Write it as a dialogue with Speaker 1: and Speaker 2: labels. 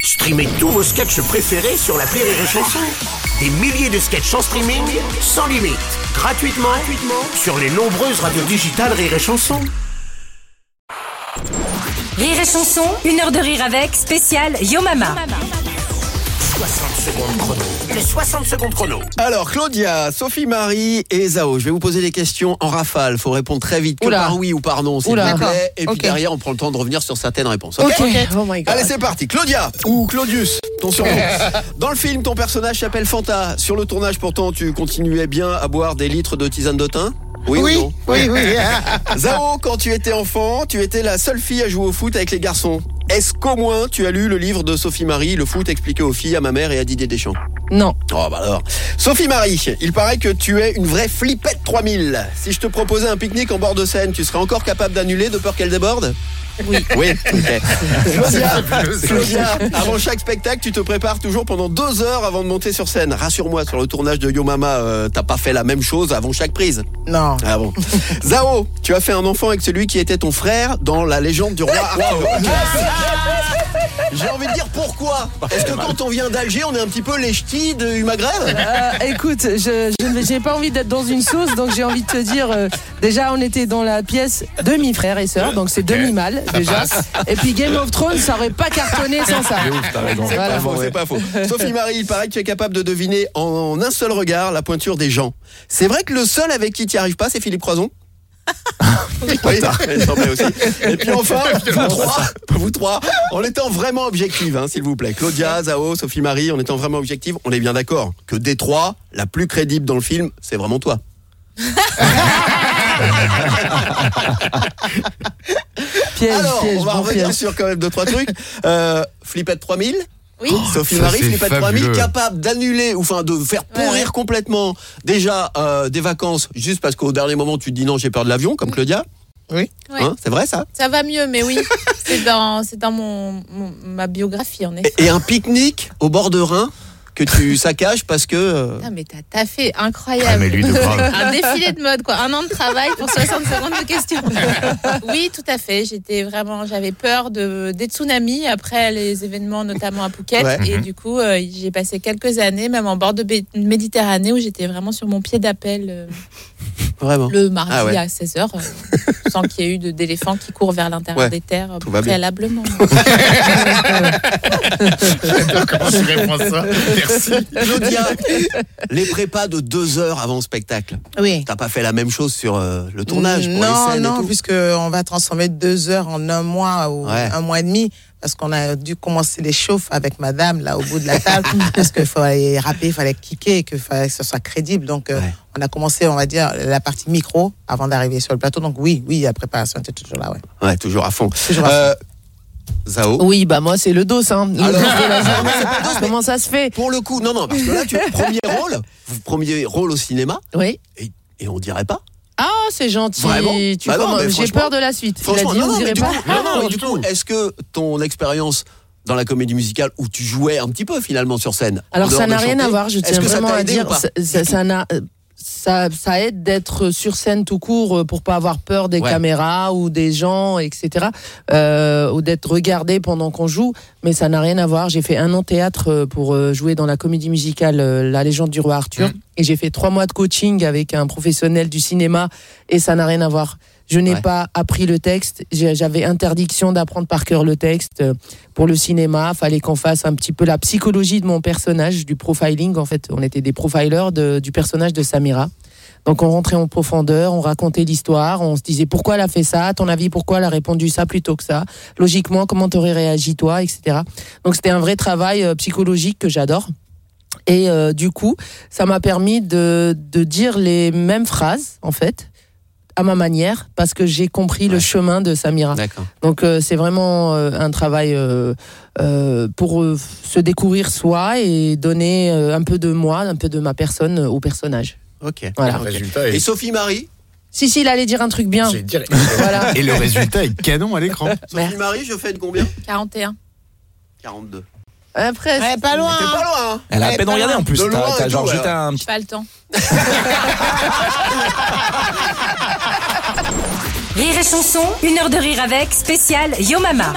Speaker 1: Streamez tous vos sketchs préférés sur la Rire et Chanson. Des milliers de sketchs en streaming, sans limite, gratuitement, gratuitement sur les nombreuses radios digitales Rire et Chanson.
Speaker 2: Rire et chanson, une heure de rire avec, spécial Yo Mama.
Speaker 1: 60 secondes chrono. Les 60 secondes chrono.
Speaker 3: Alors, Claudia, Sophie Marie et Zao, je vais vous poser des questions en rafale. faut répondre très vite, que
Speaker 4: Oula.
Speaker 3: par oui ou par non, s'il
Speaker 4: Oula.
Speaker 3: vous plaît. Et puis
Speaker 4: Ok.
Speaker 3: derrière, on prend le temps de revenir sur certaines réponses. ok
Speaker 4: Oh my god.
Speaker 3: Allez, c'est parti. Claudia ou Claudius, ton surnom. Dans le film, ton personnage s'appelle Fanta. Sur le tournage, pourtant, tu continuais bien à boire des litres de tisane de thym Oui, hein. ou non
Speaker 5: oui, oui.
Speaker 3: Zao, quand tu étais enfant, tu étais la seule fille à jouer au foot avec les garçons. Est-ce qu'au moins tu as lu le livre de Sophie Marie, Le foot expliqué aux filles, à ma mère et à Didier Deschamps
Speaker 4: Non.
Speaker 3: Oh bah alors. Sophie Marie, il paraît que tu es une vraie flippette 3000. Si je te proposais un pique-nique en bord de Seine, tu serais encore capable d'annuler de peur qu'elle déborde Oui. Oui. ok. Claudia, Claudia, avant chaque spectacle, tu te prépares toujours pendant deux heures avant de monter sur scène. Rassure-moi, sur le tournage de Yo Mama, euh, t'as pas fait la même chose avant chaque prise.
Speaker 5: Non.
Speaker 3: Ah bon. Zao, tu as fait un enfant avec celui qui était ton frère dans la légende du roi Arthur. J'ai envie de dire pourquoi Est-ce que quand on vient d'Alger, on est un petit peu les ch'tis de Humagrève
Speaker 4: Euh, écoute, je je ne- j'ai pas envie d'être dans une sauce, donc j'ai envie de te dire. euh, déjà, on était dans la pièce demi frère et sœur, donc c'est demi mal déjà. Et puis Game of Thrones, ça aurait pas cartonné sans ça.
Speaker 3: C'est
Speaker 4: Voilà.
Speaker 3: pas faux, c'est pas faux. Sophie Marie, il paraît que tu es capable de deviner en un seul regard la pointure des gens. C'est vrai que le seul avec qui tu arrives pas, c'est Philippe Croison oui, il semblait aussi. Et puis enfin, vous trois, vous trois, en étant vraiment objective, hein, s'il vous plaît. Claudia, Zao, Sophie Marie, en étant vraiment objective, on est bien d'accord que des trois, la plus crédible dans le film, c'est vraiment toi.
Speaker 4: Piège,
Speaker 3: Alors,
Speaker 4: piège,
Speaker 3: on va
Speaker 4: bon
Speaker 3: revenir
Speaker 4: piège.
Speaker 3: sur quand même deux trois trucs. Euh, Flippette 3000. Oui. Sophie
Speaker 6: Ça,
Speaker 3: Marie,
Speaker 6: c'est
Speaker 3: Flippette 3000,
Speaker 6: fabuleux.
Speaker 3: capable d'annuler ou enfin de faire pourrir complètement déjà euh, des vacances juste parce qu'au dernier moment tu te dis non j'ai peur de l'avion comme Claudia.
Speaker 5: Oui.
Speaker 7: Ouais.
Speaker 3: Hein, c'est vrai ça.
Speaker 7: Ça va mieux, mais oui, c'est dans, c'est dans mon, mon- ma biographie, en effet.
Speaker 3: Et, et un pique-nique au bord de Rhin que tu saccages parce que. euh,
Speaker 7: Putain, mais t'as taffé,
Speaker 6: Ah,
Speaker 7: incroyable.
Speaker 6: mais lui, de grave.
Speaker 7: Un défilé de mode, quoi. Un an de travail pour 60 secondes de questions. Oui, tout à fait. J'étais vraiment, j'avais peur de, des tsunamis après les événements, notamment à Phuket.
Speaker 3: Ouais. Mhm.
Speaker 7: Et du coup, euh, j'ai passé quelques années, même en bord de bé- Méditerranée, où j'étais vraiment sur mon pied d'appel euh,
Speaker 3: Vraiment.
Speaker 7: le mardi
Speaker 3: Ah ouais.
Speaker 7: à 16h, sans qu'il y ait eu de- d'éléphants qui courent vers l'intérieur
Speaker 3: Ouais.
Speaker 7: des terres
Speaker 3: Tout va bien.
Speaker 7: préalablement.
Speaker 6: Comment tu réponds ça Merci.
Speaker 3: Claudia, les prépas de deux heures avant le spectacle.
Speaker 5: Oui.
Speaker 3: T'as pas fait la même chose sur euh, le tournage pour les
Speaker 5: non,
Speaker 3: scènes et
Speaker 5: non,
Speaker 3: tout.
Speaker 5: puisqu'on va transformer deux heures en un mois ou
Speaker 3: Ouais.
Speaker 5: un mois et demi, parce qu'on a dû commencer les chauffes avec madame, là, au bout de la table, parce qu'il fallait rapper, il fallait kicker, et qu'il fallait que ce soit crédible. Donc, euh,
Speaker 3: Ouais.
Speaker 5: on a commencé, on va dire, la partie micro avant d'arriver sur le plateau. Donc, oui, oui, la préparation était toujours là, ouais.
Speaker 3: Ouais, toujours à fond.
Speaker 5: Toujours à fond.
Speaker 3: Euh, Zao.
Speaker 4: Oui, bah moi c'est le dos, hein. Le
Speaker 3: Alors-
Speaker 4: dos de la journée. Comment ça se fait
Speaker 3: Pour le coup, non, non, parce que là, tu premier rôle, premier rôle au cinéma,
Speaker 4: Oui.
Speaker 3: et, et on dirait pas.
Speaker 4: Ah, c'est gentil.
Speaker 3: Vraiment
Speaker 4: Tu
Speaker 3: Bah non,
Speaker 4: commences-
Speaker 3: mais
Speaker 4: J'ai
Speaker 3: franchement-
Speaker 4: peur de la suite. Il a
Speaker 3: Franchement,
Speaker 4: dit,
Speaker 3: non,
Speaker 4: on
Speaker 3: non, mais
Speaker 4: dirait
Speaker 3: du
Speaker 4: pas.
Speaker 3: coup, non, non,
Speaker 6: Ah,
Speaker 3: mais
Speaker 6: du
Speaker 3: du
Speaker 6: tout.
Speaker 3: coup, est-ce que ton expérience dans la comédie musicale où tu jouais un petit peu finalement sur scène en
Speaker 4: Alors
Speaker 3: dehors
Speaker 4: ça
Speaker 3: de
Speaker 4: n'a rien
Speaker 3: chanter,
Speaker 4: à voir, je
Speaker 3: est-ce
Speaker 4: tiens
Speaker 3: que ça
Speaker 4: vraiment
Speaker 3: t'a
Speaker 4: à
Speaker 3: aidé ou
Speaker 4: dire,
Speaker 3: pas
Speaker 4: ça, ça, ça n'a- euh, ça- ça aide d'être sur scène tout court euh, pour pas avoir peur des
Speaker 3: Ouais.
Speaker 4: caméras ou des gens, etc. euh, ou d'être regardé pendant qu'on joue, mais ça n'a rien à voir. J'ai fait un an de théâtre euh, pour euh, jouer dans la comédie musicale euh, La légende du roi Arthur,
Speaker 3: Mmh.
Speaker 4: et j'ai fait trois mois de coaching avec un professionnel du cinéma, et ça n'a rien à voir. Je n'ai
Speaker 3: Ouais.
Speaker 4: pas appris le texte. J'ai- J'avais interdiction d'apprendre par cœur le texte euh, pour le cinéma. Fallait qu'on fasse un petit peu la psychologie de mon personnage, du profiling. En fait, on était des profilers de- du personnage de Samira. Donc on rentrait en profondeur, on racontait l'histoire, on se disait pourquoi elle a fait ça, à ton avis pourquoi elle a répondu ça plutôt que ça, logiquement comment t'aurais réagi toi, etc. Donc c'était un vrai travail euh, psychologique que j'adore. Et euh, du coup, ça m'a permis de, de dire les mêmes phrases, en fait, à ma manière, parce que j'ai compris le
Speaker 3: Ouais.
Speaker 4: chemin de Samira.
Speaker 3: D'accord.
Speaker 4: Donc euh, c'est vraiment euh, un travail euh, euh, pour euh, se découvrir soi et donner euh, un peu de moi, un peu de ma personne euh, au personnage.
Speaker 3: Ok.
Speaker 4: Voilà.
Speaker 6: Le résultat
Speaker 3: Et
Speaker 6: est.
Speaker 3: Sophie Marie
Speaker 4: Si, si, il allait dire un truc bien.
Speaker 6: j'allais dire-
Speaker 4: Voilà.
Speaker 6: Et le résultat est canon à l'écran.
Speaker 3: Sophie Marie, je fais de combien
Speaker 7: 41.
Speaker 3: 42.
Speaker 4: Après,
Speaker 5: Ouais, pas loin.
Speaker 3: T'es pas loin, hein
Speaker 8: Elle a à
Speaker 5: Ouais,
Speaker 8: peine
Speaker 5: pas
Speaker 8: regardé en plus.
Speaker 3: De
Speaker 8: T'as-
Speaker 3: loin et
Speaker 8: T'as
Speaker 3: tout,
Speaker 8: genre
Speaker 3: ouais.
Speaker 8: juste un
Speaker 7: J'ai pas le temps.
Speaker 2: Rire et chanson, une heure de rire avec, spécial Yo Mama.